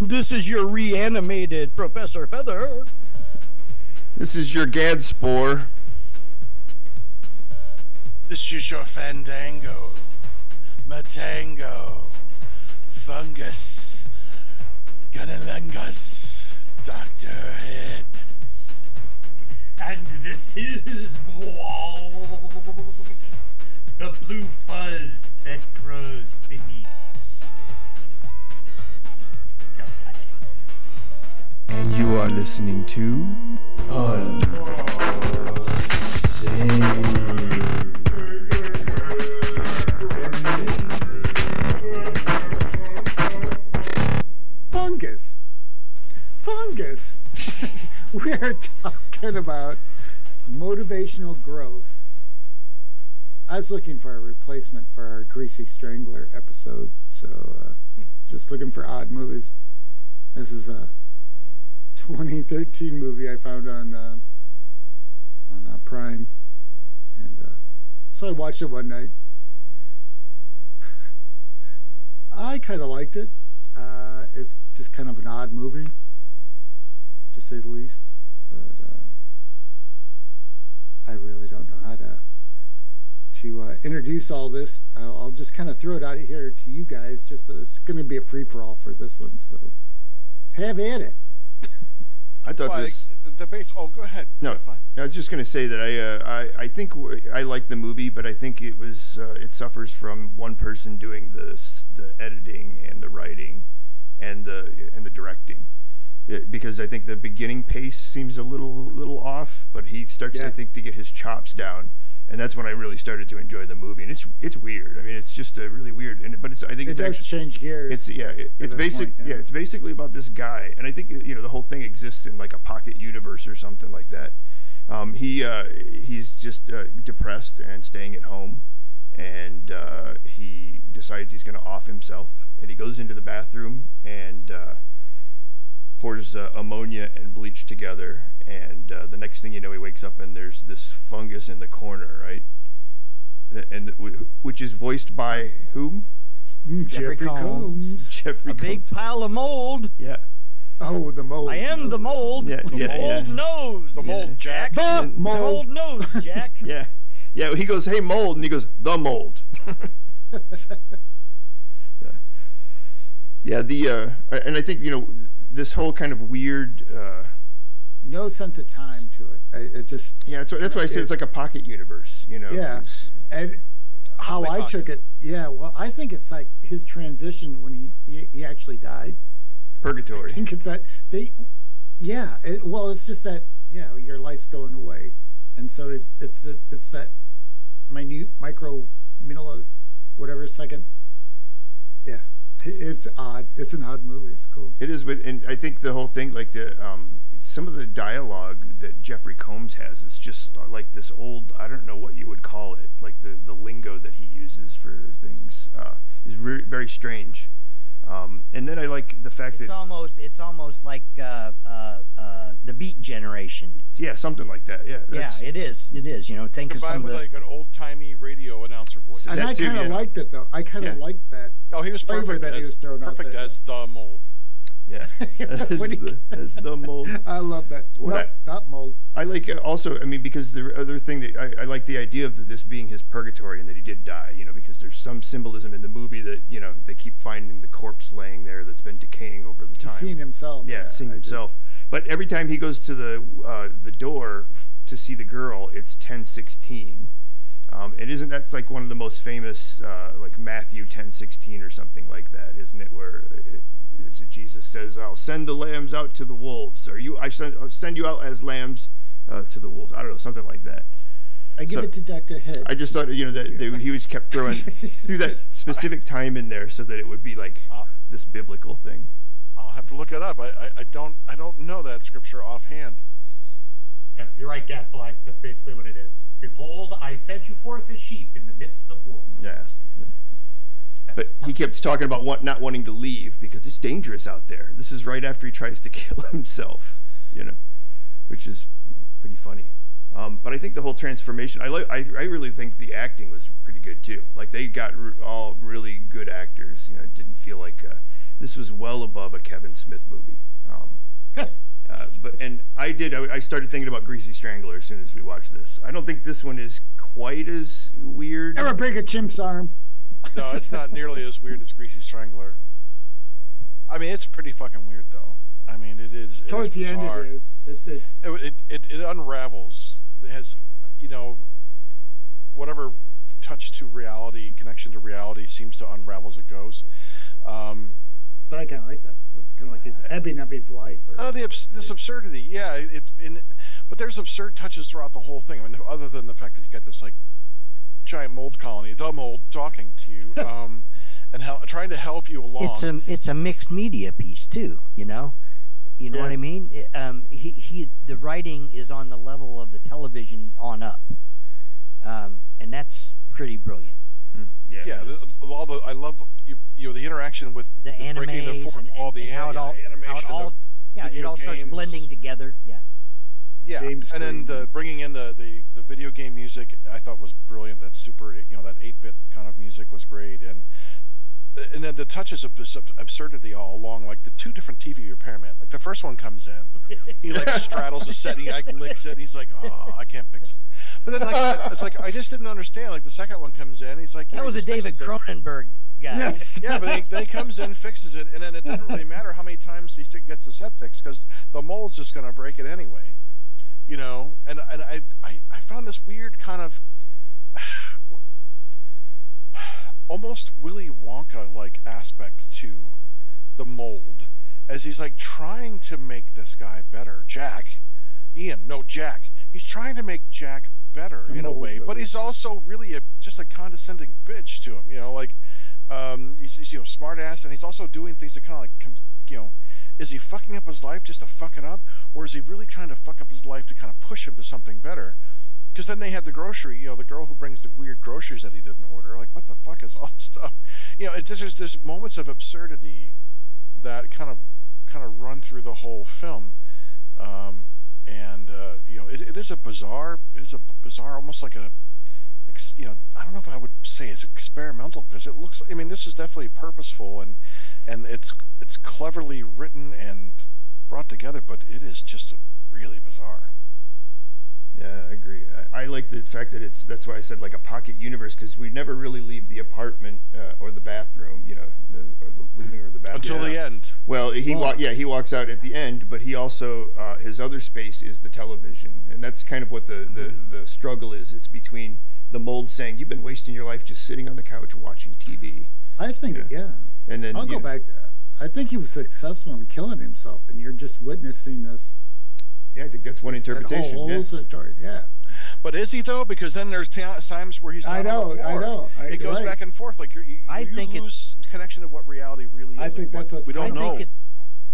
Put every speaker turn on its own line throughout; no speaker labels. This is your reanimated Professor Feather.
This is your Gadspore.
This is your Fandango, Matango, Fungus, Gunalungus, Dr. Head.
And this is the blue fuzz that grows beneath. Don't touch it.
And you are listening to.
fungus. Fungus. we are talking about motivational growth. I was looking for a replacement for our Greasy Strangler episode, so uh, just looking for odd movies. This is a 2013 movie I found on uh, on uh, Prime, and uh, so I watched it one night. I kind of liked it. Uh, it's just kind of an odd movie, to say the least. But uh, I really don't know how to to uh, introduce all this. I'll, I'll just kind of throw it out here to you guys. Just so it's going to be a free for all for this one. So have at it.
I thought
Like,
this.
the, the base. Oh, go ahead.
No.
Firefly.
I was just gonna say that I, uh, I, I think w- I like the movie, but I think it was uh, it suffers from one person doing the s- the editing and the writing, and the and the directing, Yeah, because I think the beginning pace seems a little little off, but he starts I
Yeah.
think to get his chops down, and that's when I really started to enjoy the movie, and it's it's weird. I mean, it's just a really weird, and but it's I think
It
it's
does
actually,
change gears.
it's yeah, it,
at this
it's basic.
point,
yeah.
yeah.
it's basically about this guy, and I think you know the whole thing exists in like a pocket universe or something like that. Um, he uh, he's just uh, depressed and staying at home, and uh, he decides he's going to off himself, and he goes into the bathroom and uh, pours uh, ammonia and bleach together, and uh, the next thing you know, he wakes up and there's this fungus in the corner, right? And wh- which is voiced by whom?
Mm,
Jeffrey
Jeffrey,
Combs.
Combs.
Jeffrey.
A big
Combs.
pile of mold.
yeah.
Oh, the mold.
I am the mold.
Yeah,
the
yeah,
mold
yeah.
knows.
The mold, Jack.
The
mold.
mold knows, Jack.
Yeah. Yeah, he goes, hey, mold. And he goes, the mold. yeah, the, uh, and I think, you know, this whole kind of weird, uh,
No sense of time to it. I, it just
yeah, that's, why- that's why I say it's like a pocket universe, you know?
Yeah.
it's-
and how
Hotly
I took it. Yeah, well, I think it's like his transition when he he, he actually died. I
Purgatory.
think it's that they, yeah. It, well, it's just that yeah, your life's going away, and so it's it's it's, it's that minute micro milli whatever second. Yeah, It- it's odd. It's an odd movie. It's cool.
It is, but, and I think the whole thing, like the, um, some of the dialogue that Jeffrey Combs has is just uh, like this old, I don't know what you would call it, like the, the lingo that he uses for things, uh, is re- very strange. Um, and then I like the fact
It's
that
almost it's almost like uh, uh, uh, the Beat Generation.
Yeah, something like that. Yeah. That's,
yeah, it is. It is. You know, think of
Combined
some of
with
the.
like an old timey radio announcer voice.
So-
And
That
I
too,
kind of
yeah.
liked it though. I kind of
Yeah.
liked that.
oh, he was
flavor
perfect.
that he
as,
was throwing out
perfect
there.
as the mold.
yeah. That's,
When he-
the, that's the mold.
I love that.
What
Not, not mold.
I like uh, also. I mean, because the other thing that I, I like the idea of this being his purgatory and that he did die. You know, because there's some symbolism in the movie that you know they keep finding the corpse laying there that's been decaying over the time.
He's seeing himself.
yeah, seeing
I did.
himself. But every time he goes to the uh, the door f- to see the girl, it's ten sixteen. Um, and isn't that like one of the most famous, uh, like Matthew ten sixteen or something like that? Isn't it where uh, it, it's, Jesus says, "I'll send the lambs out to the wolves," or "You, I send, I'll send you out as lambs uh, to the wolves." I don't know, something like that.
I give
So-
it to Doctor Head.
I just thought, you know, that they, he was kept throwing threw that specific time in there so that it would be like
Uh,
this biblical thing.
I'll have to look it up. I, I, I don't I don't know that scripture offhand.
Yep, you're right, Gadfly. That's basically what it is. Behold, I sent you forth as sheep in the midst of wolves.
Yeah. But he keeps talking about want, not wanting to leave because it's dangerous out there. This is right after he tries to kill himself, you know, which is pretty funny. Um, but I think the whole transformation, I, li- I, I really think the acting was pretty good too. Like they got r- all really good actors, you know, it didn't feel like, uh, This was well above a Kevin Smith movie. Um,
Good.
uh, but and I did. I, I started thinking about Greasy Strangler as soon as we watched this. I don't think this one is quite as weird.
Never break a chimp's arm.
No, it's not nearly as weird as Greasy Strangler. I mean, it's pretty fucking weird though. I mean, it is. it
Towards
is
the end,
bizarre.
it is. It's, it's
it, it, it, it unravels. It has, you know, whatever touch to reality, connection to reality seems to unravel as it goes. Um,
but I kind of like that. It's kind of like his ebbing of his life. Or,
oh, the abs- this absurdity, yeah. It, in, but there's absurd touches throughout the whole thing. I mean, other than the fact that you got this like giant mold colony, the mold talking to you, um, and hel- trying to help you along.
It's a it's a mixed media piece too. You know, you know
Yeah.
what I mean. It- um, he he the writing is on the level of the television on up, um, and that's pretty brilliant.
Hmm, yeah.
yeah,
it is.
the, all the I love you, you know the interaction with
The
breaking the
animes
fourth
and,
wall,
and,
the
and how it
yeah,
all how it
animation, the-
all yeah it
video
all starts
games.
blending together. Yeah,
yeah
James
and
Green.
then the bringing in the, the the video game music i thought was brilliant that super you know that 8-bit kind of music was great and and then the touches of abs- absurdity all along like the two different tv repairmen like the first one comes in he like straddles the set and he like licks it and he's like oh i can't fix this but then like it's like i just didn't understand like the second one comes in he's like yeah,
that
he
was a
just
David
fixes it.
Cronenberg guy.
yes.
yeah, but he, then he comes in, fixes it, and then it doesn't really matter how many times he gets the set fixed because the mold's just going to break it anyway, you know. And and I, I I found this weird kind of almost Willy Wonka like aspect to the mold as he's like trying to make this guy better, Jack, Ian, no Jack. He's trying to make Jack better
The
in a
mold
way, but
better.
he's also really a, just a condescending bitch to him, you know, like um, he's, he's you know smart ass, and he's also doing things that kind of like com- you know, is he fucking up his life just to fuck it up, or is he really trying to fuck up his life to kind of push him to something better? Because then they had the grocery, you know, the girl who brings the weird groceries that he didn't order. Like, what the fuck is all this stuff? You know, it, there's just- there's moments of absurdity that kind of kind of run through the whole film, um, and uh, you know, it, it is a bizarre, it is a bizarre, almost like a ex- you know, I don't know if I would say it's experimental because it looks. I mean, this is definitely purposeful and and it's it's cleverly written and brought together, but it is just really bizarre.
Yeah, I agree. I, I like the fact that it's that's why I said like a pocket universe because we never really leave the apartment uh, or the bathroom, you know, the, or the living or the bathroom
Until the end,
Well, he wa-
Well-
yeah he walks out at the end, but he also uh, his other space is the television, and that's kind of what the, the the struggle is. It's between the mold saying you've been wasting your life just sitting on the couch watching TV,
I think,
Yeah.
yeah.
and then
I'll
you
go
know,
back. I think he was successful in killing himself, and you're just witnessing this
Yeah, I think that's one
that
interpretation.
whole
yeah.
story. Yeah,
but is he though? Because then there's ta- times where he's not
I know,
On the
I
floor.
know. I,
It goes
right.
back and forth. Like you're, you,
I
you
think it's-
lose connection to what reality really is.
I
like,
think that's what's
we
I
don't
going
know
think it's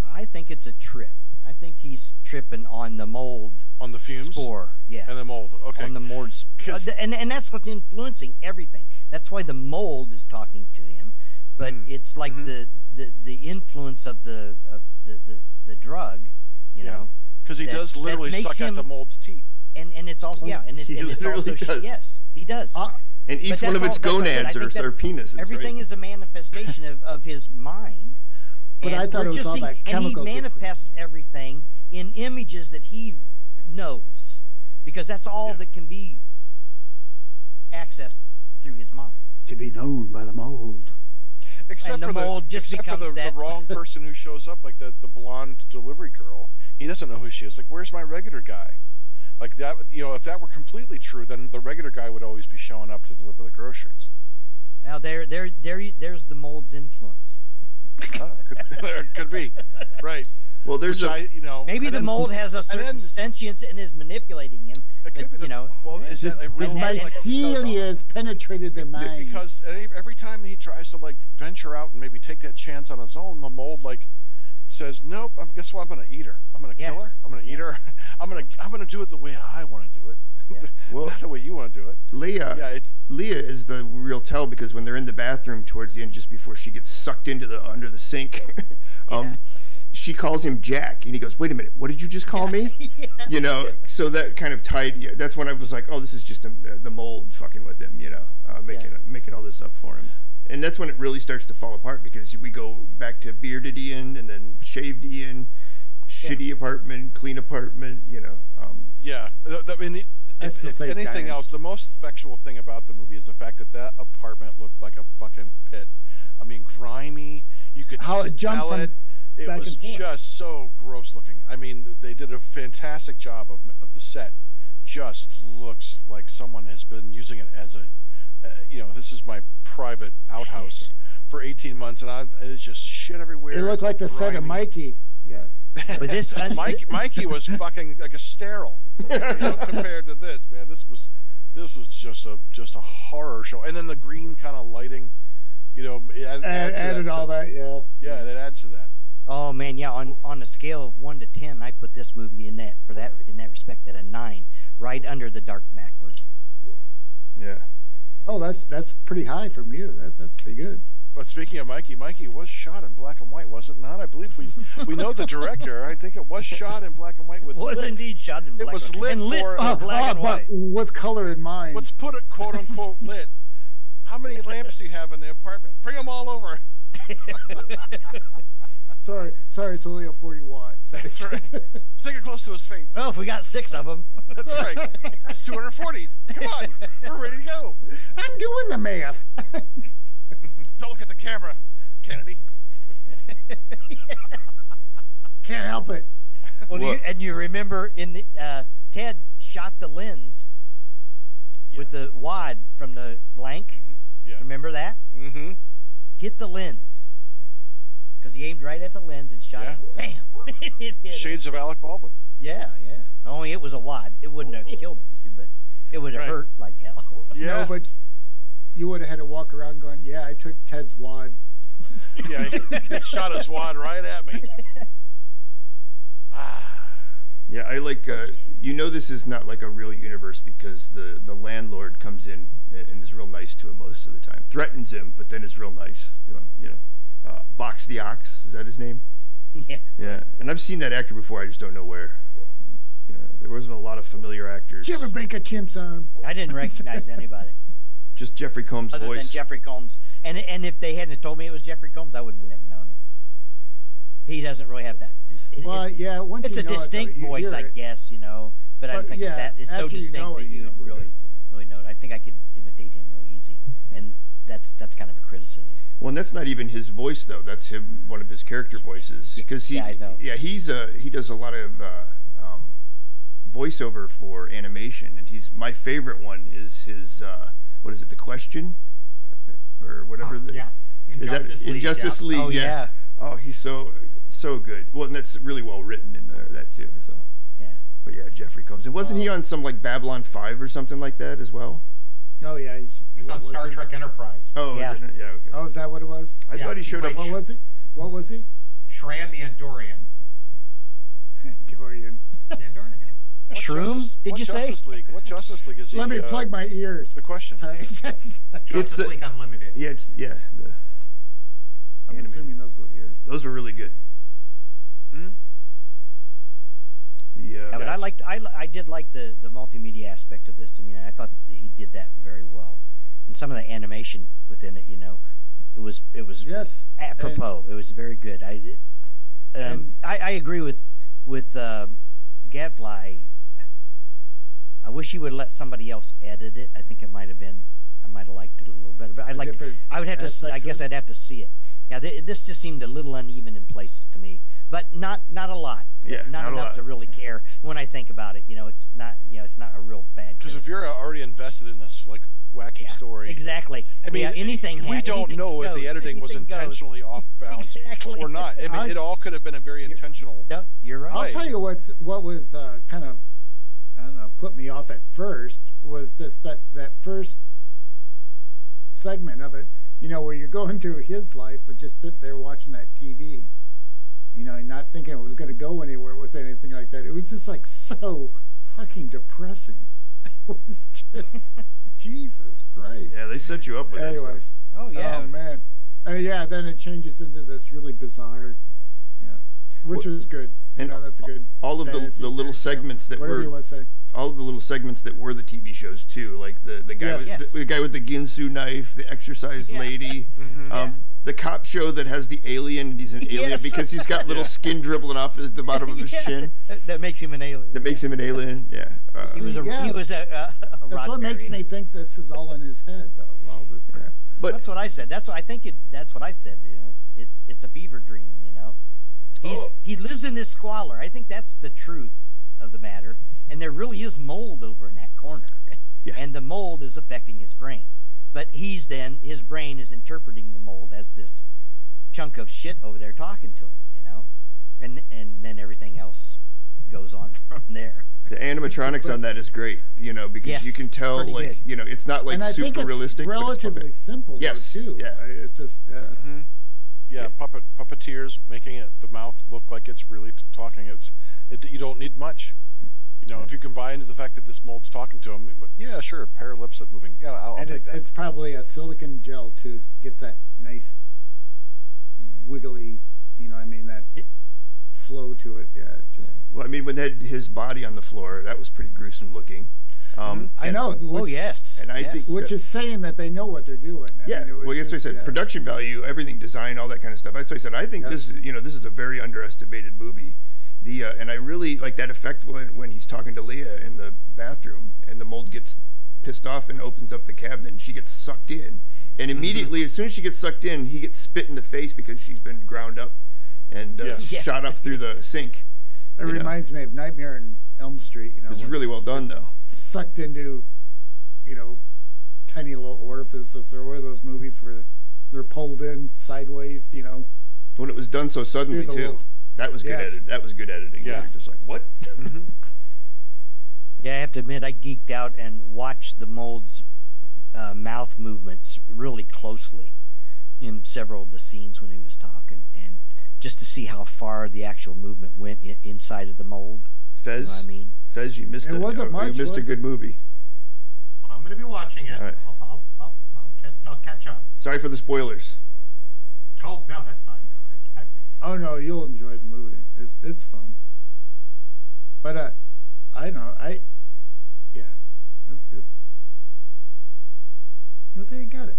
I think it's a trip. I think he's tripping on the mold
on the fumes
spore. Yeah.
and the mold. Okay,
on the mold. sp- uh,
'Cause-
th- and and that's what's influencing everything. That's why the mold is talking to him, but
Mm.
it's like
Mhm.
the, the the influence of the of the, the the drug, you
Yeah.
know,
because he
that-
does
that
literally
makes
suck
him-
at the mold's teeth.
and and it's also yeah, and, it,
He
and it's
literally
also sh-
does.
yes, he does.
Uh,
And each
But
one of
that's
its
all- that's what
gonads
I said. I
are,
think
are
that's-
penises.
Everything
right?
is a manifestation of, of his mind.
But
and
I thought
we're
it was
just
all
seeing-
that
And he
chemical difference.
manifests everything in images that he knows, because that's all
Yeah.
that can be accessed through his mind.
to be known by the mold.
except
and the
for
mold just
except for
becomes
the,
that-
the wrong person who shows up, like the the blonde delivery girl. He doesn't know who she is. Like, where's my regular guy? Like that, you know, if that were completely true, then the regular guy would always be showing up to deliver the groceries.
Now there, there, there, there's the mold's influence.
could, there could be, right?
Well, there's
Which
a
I, you know,
Maybe
and
the
then
mold has a certain
then-
sentience and is manipulating him.
It could
that,
be the,
you know,
well, is
His,
that a real
his
my
like, it goes on?
mycelia's penetrated their mind.
because any- every time he tries to like venture out and maybe take that chance on his own, the mold like says, "Nope, I'm guess what? I'm gonna eat her. I'm gonna
Yeah.
kill her. I'm gonna eat her. I'm gonna I'm gonna do it the way I want to do it,
well,
not the way you want to do it."
Uh.
Leah.
Yeah, it's
Leah is the real tell because when they're in the bathroom towards the end, just before she gets sucked into the under the sink, um,
Yeah.
she calls him Jack, and he goes, "Wait a minute, what did you just call me?" You know, so that kind of tied. Yeah, that's um, uh, when I was like, "Oh, this is just a, the mold fucking with him," you know, uh, making making all this up for him. and that's when it really starts to fall apart because we go back to bearded Ian and then shaved Ian, shitty apartment, clean apartment. You know, um,
Yeah, th- th- I mean, the-
I
if,
still
if
say
anything
Diane.
else, the most factual thing about the movie is the fact that that apartment looked like a fucking pit. I mean, grimy. You could
How it jumped
smell
from
it. It
back
was
and forth.
just so gross looking. I mean, they did a fantastic job of, of the set. Just looks like someone has been using it as a, uh, you know, this is my private outhouse for 18 months, and I it's just shit everywhere.
It looked like the set of
grimy.
Mikey. Yes.
But this un-
Mike, Mikey was fucking like a sterile you know, compared to this, man. This was this was just a just a horror show. And then the green kind of lighting, you know, it add-
And
adds to
added all
sense-
that. Yeah.
Yeah, it adds to that.
Oh man, yeah. On on a scale of one to ten, I put this movie in that for that in that respect at a nine, right under the dark backward.
yeah.
Oh, that's that's pretty high from you. That, that's pretty good.
But speaking of Mikey, Mikey was shot in black and white, was it not? I believe we we know the director. I think it was shot in black and white with
was
lit.
indeed shot in
It
black
was
and-
lit
and lit uh,
for-
for
Oh,
black
oh,
and
but
white.
with color in mind.
Let's put it quote unquote lit. How many lamps do you have in the apartment? Bring them all over.
Sorry, sorry, it's only a 40 watts.
That's right. Stick it close to his face.
Well, if we got six of them,
That's right. That's 240s. Come on. We're ready to go.
I'm doing the math.
Don't look at the camera, Kennedy.
Can't help it.
well, do you,
Well-
and you remember in the uh, Ted shot the lens with the wad from the blank.
Mhm. Yeah.
Remember that?
Mm-hmm.
Hit the lens because he aimed right at the lens and shot.
Yeah.
it. Bam! It hit it.
Shades of Alec Baldwin.
Yeah, yeah. Only it was a wad. It wouldn't have killed you, but it would have
Right.
hurt like hell.
No, but you would have had to walk around going, yeah, I took Ted's wad.
yeah. He, he shot his wad right at me. Ah.
Yeah, I like uh, you know this is not like a real universe because the the landlord comes in and, and is real nice to him most of the time, threatens him, but then is real nice to him. You know, uh, Box the Ox is that his name?
yeah.
Yeah, and I've seen that actor before. I just don't know where. You know, there wasn't a lot of familiar actors.
Did you ever break a chimp's arm?
I didn't recognize anybody
just Jeffrey Combs'
other
voice.
than Jeffrey Combs. And and if they hadn't told me it was Jeffrey Combs, I wouldn't have never known it. He doesn't really have that. dis- it-
Well,
it-
yeah, once
it's
you
a
know it, though,
distinct
you
voice,
hear
I
it.
guess, you know. But I don't
But,
think
yeah,
that it's so
after you
distinct
know it,
that you,
know who it
really
is.
really know it. I think I could imitate him real easy, and that's that's kind of a criticism.
Well, and that's not even his voice though. That's him, one of his character voices, because he,
Yeah, I know.
yeah, he's a he does a lot of uh, um, voiceover for animation, and he's my favorite one is his uh, what is it, the question, or whatever the
Uh, yeah.
is that
Injustice League.
Injustice
yeah.
League?
Oh yeah,
Oh, he's so so good. Well, and that's really well written in there that too. So,
yeah.
but yeah, Jeffrey Combs. And wasn't he on some like Babylon Five or something like that as well?
Oh, yeah. He's,
It's
what
on
was
Star
it?
Trek Enterprise.
Oh,
Yeah.
Is it? yeah, okay.
Oh, is that what it was?
I
Yeah,
thought he
he
showed up.
played
What was he? What was he?
Shran the Andorian.
Dorian.
The Andorian. yeah.
What
Shroom,
Justice,
did
what
you say?
Justice League? What Justice League is he?
Let me
uh,
plug my ears.
the question.
Sorry.
Justice
the-
League Unlimited.
Yeah, it's yeah. The,
I'm
Animated.
assuming those were ears.
those were really good.
Hmm?
The uh,
Yeah, but I liked I, li- I did like the the multimedia aspect of this. I mean, I thought he did that very well, and some of the animation within it, you know, it was it was
Yes.
apropos. it was very good. I it, um,
and-
I, I agree with with um Gadfly. I wish he would let somebody else edit it. I think it might have been I might have liked it a little better, but I'd
a
like to,
different-
I would have to. s-
aspect
I
to
guess
it.
I'd have to see it. Yeah, th- this just seemed a little uneven in places to me, but not not a lot
yeah,
not,
a
enough
lot.
to really care when I think about it. You know, it's not you know, it's not a real bad.
Because if
criticism.
you're already invested in this like wacky
Yeah,
story,
exactly,
I mean,
yeah, anything
we
ha-
don't
anything
know if the
goes,
editing was
anything goes.
intentionally off balance
exactly
or not. I mean,
I-
it all could have been a very
You're-
intentional.
No, you're
I'll
right.
Right.
tell you what's what was uh, kind of I don't know put me off at first was this that, that first segment of it. You know where you're going through his life and just sit there watching that TV. You know, and not thinking it was going to go anywhere with anything like that. It was just like so fucking depressing. It was just Jesus Christ.
Yeah, they set you up with
Anyway.
that stuff.
Oh yeah,
Oh
Um,
man. Uh, yeah. Then it changes into this really bizarre. Yeah. Which was good. You
and
know, that's a good
All of the,
fantasy
the little
thing, so
segments that
whatever you
were
want to say.
all the little segments that were the TV shows too, like the the guy
Yes.
with
Yes.
the, the guy with the Ginsu knife, the exercise
Yeah.
lady,
Mm-hmm.
Mhm.
um, the cop show that has the alien and he's an alien
Yes.
because he's got little
Yeah.
skin dribbling off at the bottom of his
Yeah,
chin
That, that makes him an alien.
that makes him an alien. Yeah, uh,
He was a
Yeah.
he was a, a, a
That's what makes
Roddenberry.
me think this is all in his head, though. All this crap.
but
that's what I said. That's what I think. It, that's what I said. You know, it's it's it's a fever dream. You know, he's
Oh.
he lives in this squalor. I think that's the truth of the matter. And there really is mold over in that corner,
Yeah.
and the mold is affecting his brain. But he's then his brain is interpreting the mold as this chunk of shit over there talking to him. You know, and and then everything else goes on from there.
the animatronics on that is great, you know, because you
Yes,
can tell
pretty
like
good.
you know it's not like
and I
super
think it's
realistic, but it's
relatively
puppet.
simple,
Yes,
though, too.
yeah.
I- It's just uh,
Mhm. Yeah,
Yeah.
puppet puppeteers making it the mouth look like it's really t- talking. It's it, you don't need much. You know, if you combine the fact that this mold's talking to him, but yeah, sure, paralipsit moving. Yeah, I'll, I'll
and
take
it,
that.
it's probably a silicon gel too. s- Gets that nice wiggly, you know, what I mean that
It-
flow to it. Yeah, it just
Well, I mean, when they had his body on the floor, that was pretty gruesome looking. Um,
Mm-hmm. I
and-
know. Which,
oh yes,
and I
yes.
think-
which is saying that they know what they're doing. I
Yeah,
mean, it was
well, that's what I
just-
said.
yeah.
Production value, everything, design, all that kind of stuff. That's what I said. I think this, is- you know, this is a very underestimated movie. The uh, and I really like that effect when, when he's talking to Leah in the bathroom, and the mold gets pissed off and opens up the cabinet, and she gets sucked in,
Mm-hmm.
and immediately as soon as she gets sucked in, he gets spit in the face because she's been ground up and uh,
Yes.
Yeah.
shot up through the sink.
It
you know.
reminds me of Nightmare in Elm Street. You know,
It's
when
really well done, though.
sucked into, you know, tiny little orifices or one of those movies where they're pulled in sideways. You know,
When it was done so suddenly,
through the
too.
little
That was good
Yes.
edit. That was good editing.
Yeah.
You're Just like what?
Mhm.
Yeah, I have to admit, I geeked out and watched the mold's uh, mouth movements really closely in several of the scenes when he was talking, and just to see how far the actual movement went I- inside of the mold. You
Fez,
know what I mean?
Fez, you missed
It
a- uh,
wasn't
you
much,
missed
was
a good
it?
movie.
I'm gonna be watching it.
All right.
I'll, I'll, I'll, I'll, catch, I'll catch up.
Sorry for the spoilers.
Oh no, that's fine. No, I, I,
Oh no, you'll enjoy the movie. It's it's fun. But uh, I don't know. I yeah, that's good. Well, there you got it.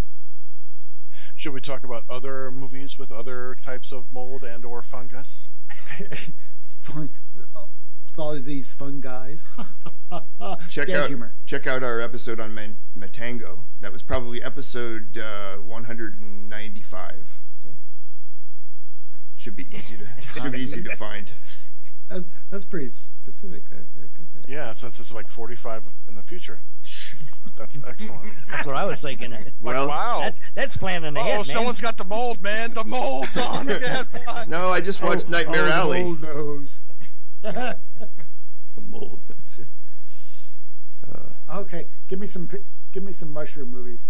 Should we talk about other movies with other types of mold and or fungus?
fun, with all of these fun guys.
Check
Dad
out-
humor.
Check out our episode on Man- Matango. That was probably episode uh, 195. So should be easy to should be easy to find.
That's, that's pretty specific. There, very good.
Yeah, since it's like 45 in the future. That's excellent.
That's what I was thinking.
Like,
Well,
wow.
That's that's planning
oh,
ahead, man.
someone's got the mold, man. The mold's on again.
no, I just watched Nightmare
oh,
Alley.
Old nose.
The mold. that was it. Uh,
okay, give me some pi- give me some mushroom movies.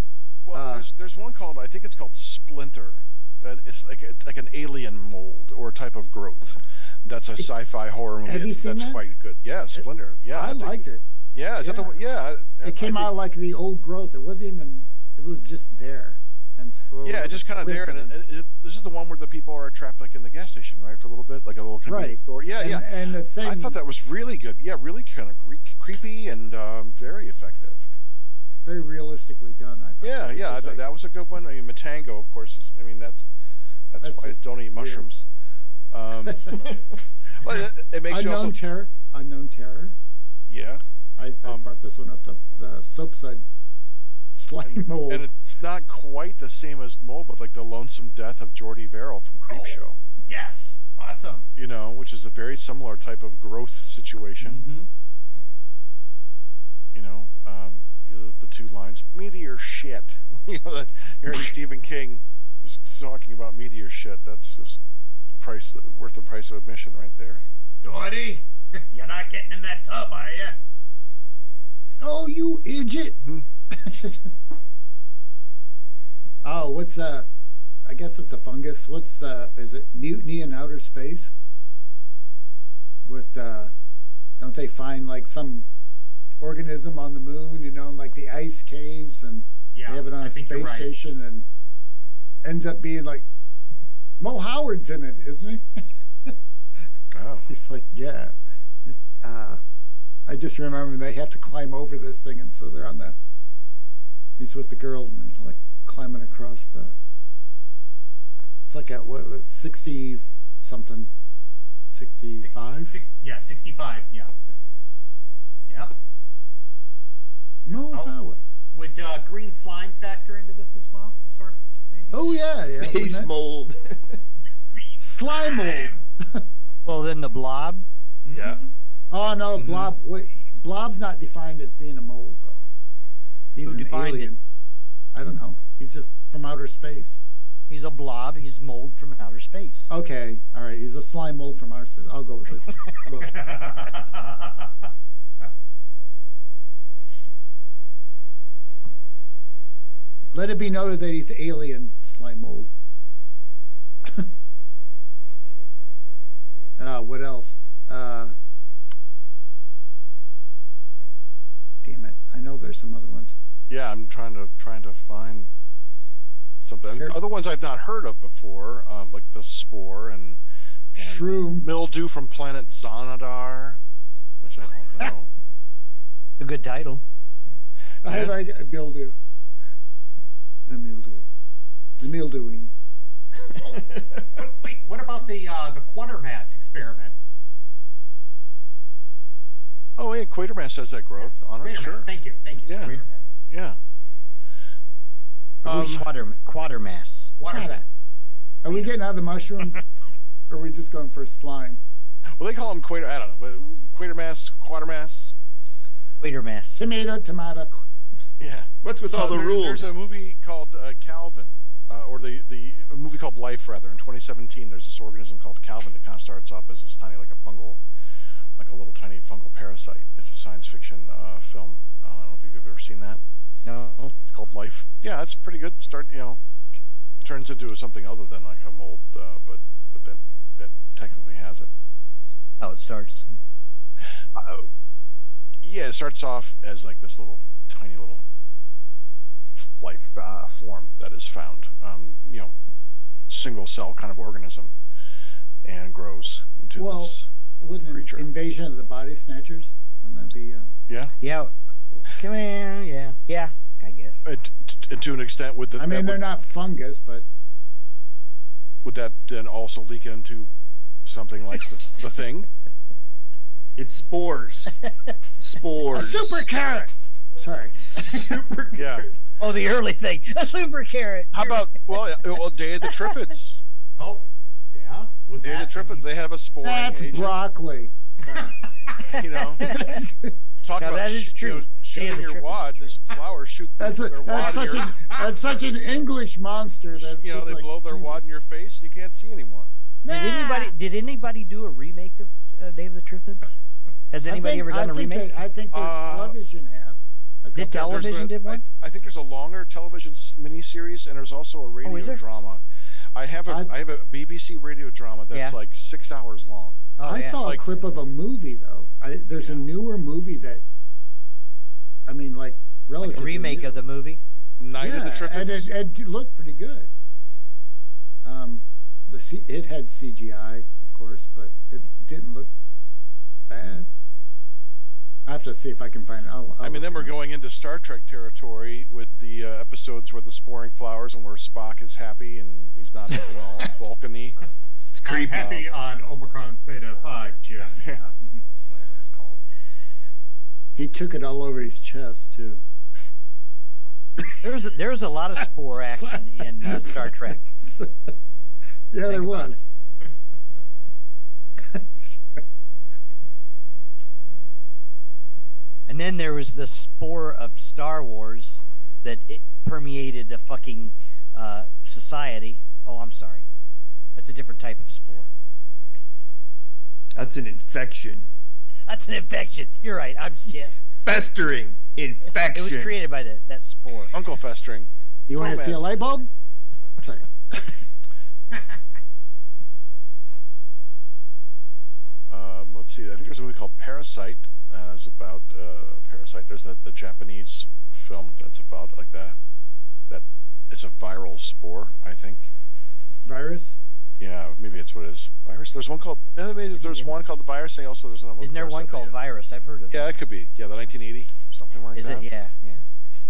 Well,
Uh,
there's there's one called I think it's called Splinter. That it's like a, like an alien mold or a type of growth. That's a sci-fi horror movie.
Have you
It's-
seen
that's
that?
quite good. Yeah, Splinter. Yeah,
I,
think-
liked it.
Yeah, is that the
yeah.
one? Yeah, I- I
It came
think-
out like the old growth. It wasn't even. It was just there. And so-
Yeah, just kind of there. And it, it, this is the one where the people are trapped like in the gas station, right, for a little bit, like a little convenience
Right.
store. Yeah,
and,
yeah.
and the thing.
I thought that was really good. Yeah, really kind of cre- creepy and um, very effective.
very realistically done. I thought.
Yeah,
It was
yeah,
just
that,
like-
that was a good one. I mean, Matango, of course, is. I mean, that's that's,
That's
why it's
just
don't eat mushrooms. Um, well, it, it makes you
unknown
also.
terror. Unknown terror.
yeah,
I, I
Um,
brought this one up. The, the soapside slime mold.
and it's not quite the same as Mo, but like the lonesome death of Jordy Verrill from Creepshow.
Oh.
Show.
yes, awesome.
You know, which is a very similar type of growth situation.
Mm-hmm.
Mhm.
you know, um, you know, the two lines, meteor shit. you know, that hearing Stephen King is talking about meteor shit. That's just the price worth the price of admission right there.
Jordy, you're not getting in that tub, are you?
oh, you idiot!
Mhm.
oh, what's uh? I guess it's a fungus. What's uh? Is it mutiny in outer space? With uh, don't they find like some organism on the moon? You know, in, like the ice caves and.
Yeah,
they have it on
I
a
think you're
space
right.
station and ends up being like Mo Howard's in it, isn't he?
Oh,
He's like, yeah. It- uh, I I just remember they have to climb over this thing, and so they're on the. He's with the girl, and they're like climbing across the. It's like at what was sixty something, sixty-five.
Six, yeah, 65. Yeah. Yep.
Mo
Oh.
Howard.
Would uh, green slime factor into this as well? Sort of, maybe?
Oh yeah, yeah. wouldn't
Base
it?
mold.
Green
Slime mold.
Well, then the blob.
Yeah.
Mhm.
Oh no,
Mhm.
blob. Wait, blob's not defined as being a mold though. He's
Who
an
defined it?
alien. I don't know. He's just from outer space.
He's a blob. He's mold from outer space.
Okay, all right. He's a slime mold from outer space. I'll go with it. Cool. Let it be noted that he's alien slime mold. uh, what else? Uh, damn it! I know there's some other ones.
Yeah, I'm trying to trying to find something.
Here-
Other ones I've not heard of before, um, like the spore and, and
Shroom.
mildew from planet Xanadar, which I don't know.
It's a good title.
I have idea. Mildew. The mildew. The mildewing.
What- Wait, what about the uh, the Quatermass experiment?
oh, yeah, Quatermass has that growth on it.
Quatermass,
Sure.
thank you, thank you.
Yeah.
Quatermass.
Yeah. Um,
Quater, quatermass.
Quatermass.
Are we getting out of the mushroom? or are we just going for slime?
well, they call them Quater. I don't know. Quatermass, Quatermass.
Quatermass.
Tomato, tomato.
Yeah.
What's with all
Uh,
the
there-
rules?
There's a movie called uh, Calvin, uh, or the the a movie called Life rather. In 2017, there's this organism called Calvin that kind of starts off as this tiny, like a fungal, like a little tiny fungal parasite. It's a science fiction uh, film. Uh, I don't know if you've ever seen that.
No.
It's called Life. Yeah, that's pretty good. Start, you know, it turns into something other than like a mold, uh, but but that that technically has it.
How it starts.
Uh, yeah, it starts off as like this little tiny little life uh, form that is found, um, you know, single cell kind of organism, and grows into
Well-
this.
Wouldn't an
Creature.
invasion of the body snatchers? Wouldn't that be? Uh,
Yeah. Come on. Yeah. Yeah. I guess.
Uh, t- t- to an extent, would the,
I mean,
that
they're
would,
not fungus, but
would that then also leak into something like the, the thing?
It's spores. Spores.
carrot. Sorry.
Super
Yeah.
carrot.
Oh, the early thing. A super carrot.
How about well, yeah, well, Day of the Triffids,
Oh, yeah. Would
Day of the
that
Triffids, they have a spore.
That's
agent,
broccoli.
You know, talk
Now,
about
that is
sh- you know,
true. Day of
shooting
the
your
Triffids
wad.
is
This flower shoots.
That's a,
their
that's
wad in
such
your-
an that's such an English monster. That's
you know,
just
they
like,
blow their wad in your face and you can't see anymore.
Did anybody did anybody do a remake of uh, Day of the Triffids? Has
I
anybody
think-
ever done
I
a
think
remake?
They, I think the
Uh,
television has. A couple-
Did tele-
There's
Television
been a-
did one?
I, I think there's a longer television s- miniseries and there's also a radio
is there?
drama. I have a I,
I-
have a BBC radio drama that's
Yeah.
like six hours long.
oh,
I
yeah.
saw
like-
a clip of a movie though. I, there's a
Yeah.
newer movie that. I mean, like
like
relatively
a remake
new.
of the movie.
Night of the
Yeah,
Triffids.
and it, it did look pretty good. Um, the C, it had CGI, of course, but it didn't look bad. I have to see if I can find. I'll, I'll
I mean,
look
then
it
we're
up.
going into Star Trek territory with the uh, episodes where the sporing flowers and where Spock is happy and he's not at all Vulcan-y.
It's
I'm
creepy.
happy on Omicron Theta Pi Jim. Yeah. Whatever it's called.
He took it all over his chest too.
There was a, there was a lot of spore action in uh, Star Trek.
yeah, there
Think about
was.
And then there was the spore of Star Wars that it permeated the fucking uh, society. Oh, I'm sorry. That's a different type of spore.
That's an infection.
That's an infection. You're right. I'm yes.
Festering infection.
It was created by that that spore.
Uncle Festering.
You want to see a
Romance.
light bulb? Sorry.
Um, let's see. I think there's a movie called Parasite that is about uh, a parasite. There's that the Japanese film that's about like that that is a viral spore. I think.
Virus?
Yeah, maybe that's what it is. Virus. There's one called. uh, Maybe there's one called the virus. And also there's another one.
Isn't there
or
one
something,
called
yeah.
Virus? I've heard of.
Yeah,
it.
that could be. Yeah, the 1980 something like
Is
that.
it? Yeah, yeah.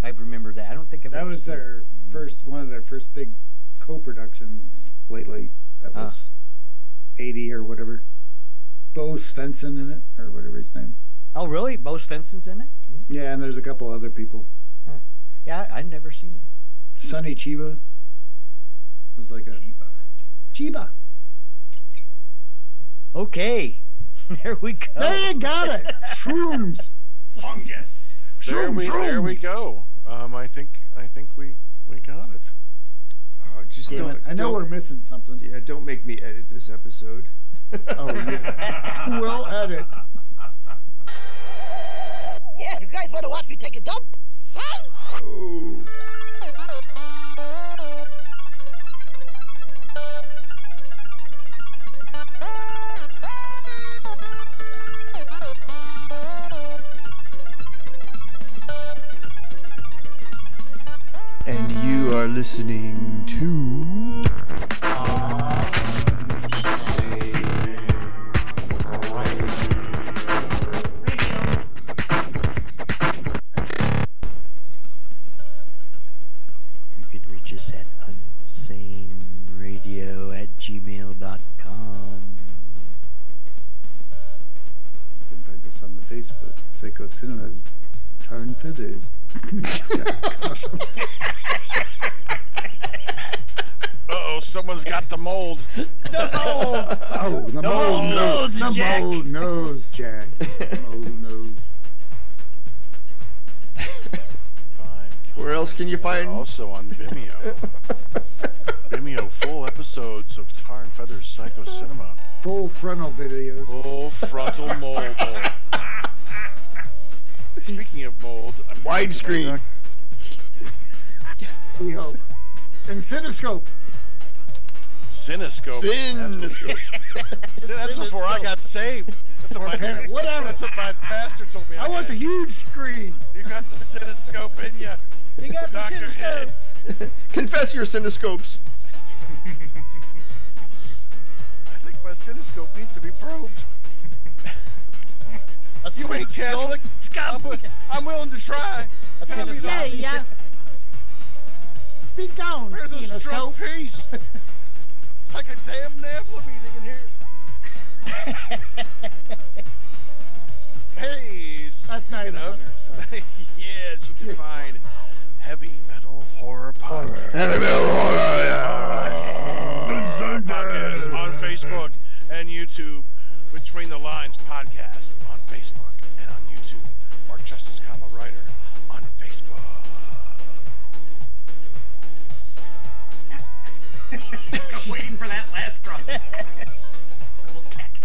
I remember that. I don't think I've
That
ever
was
seen it.
their
I remember.
first one of their first big co-productions lately. That
Ah.
was eighty or whatever. Bo Svensson in it or whatever his name.
Oh, really? Bo Svensson's in it?
Yeah, and there's a couple other people.
Yeah, I, I've never seen it.
Sonny Chiba was like a Chiba.
Okay, there we go.
There you got it. Shrooms.
Fungus.
There
Shroom,
we, there
shroom.
we go. Um, I think I think we we got it.
Oh, just
Damn
don't.
it. I know
don't-
we're missing something.
Yeah, don't make me edit this episode.
Oh, yeah. We'll edit.
Yeah, you guys want to watch me take a dump? Say!
Oh. And you are listening to.
You can reach us at unsaneradio at gmail.com.
You can find us on the Facebook, Seiko Cinema, Turn Fitted.
Uh oh, someone's got the mold.
Oh, the mole nose, the mole nose, Jack. The mole nose.
Fine.
Where else can you
They're
find?
also on Vimeo. Vimeo full episodes of Tar and Feathers Psycho Cinema.
Full frontal videos.
Full frontal mold. Speaking of mold, I'm
Widescreen.
We hope. And Cinescope.
Cinescope.
Sin.
That's, that's before I got saved. That's
Or
what my
parent- whatever.
That's what my pastor told me.
I want the
had.
huge screen.
You got the cinescope in you.
You got
Dr. Head.
Confess your cinescopes.
I think my cinescope needs to be probed.
A
You ain't Catholic. I'm, wi- I'm willing to try. Tell me that.
Be gone,
Where's those drunk
Cinescope.
peace? It's like a damn NAFLA meeting in here. Hey,
That's not
speaking
enough.
of- yes, you can find heavy metal horror podcast. podcast on Facebook and YouTube. Between the Lines podcast on Facebook and on YouTube. Mark Justice, comma writer on Facebook.
Waiting for that last drop. Double tech.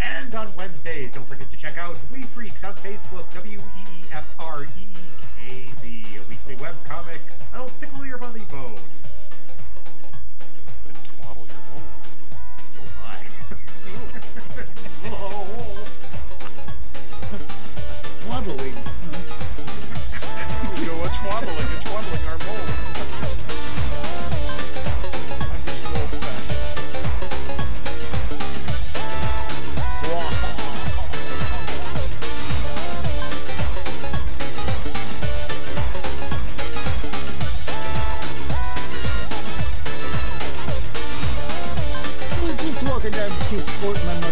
And on Wednesdays, don't forget to check out We Freaks on Facebook, W E E F R E E K Z, a weekly webcomic that'll tickle your belly bone.
And twaddle your bowl.
Oh my. Whoa.
Waddling.
You know, it's waddling, it's waddling our bowl. I'm just an old fashioned.
We're just walking down the street sporting my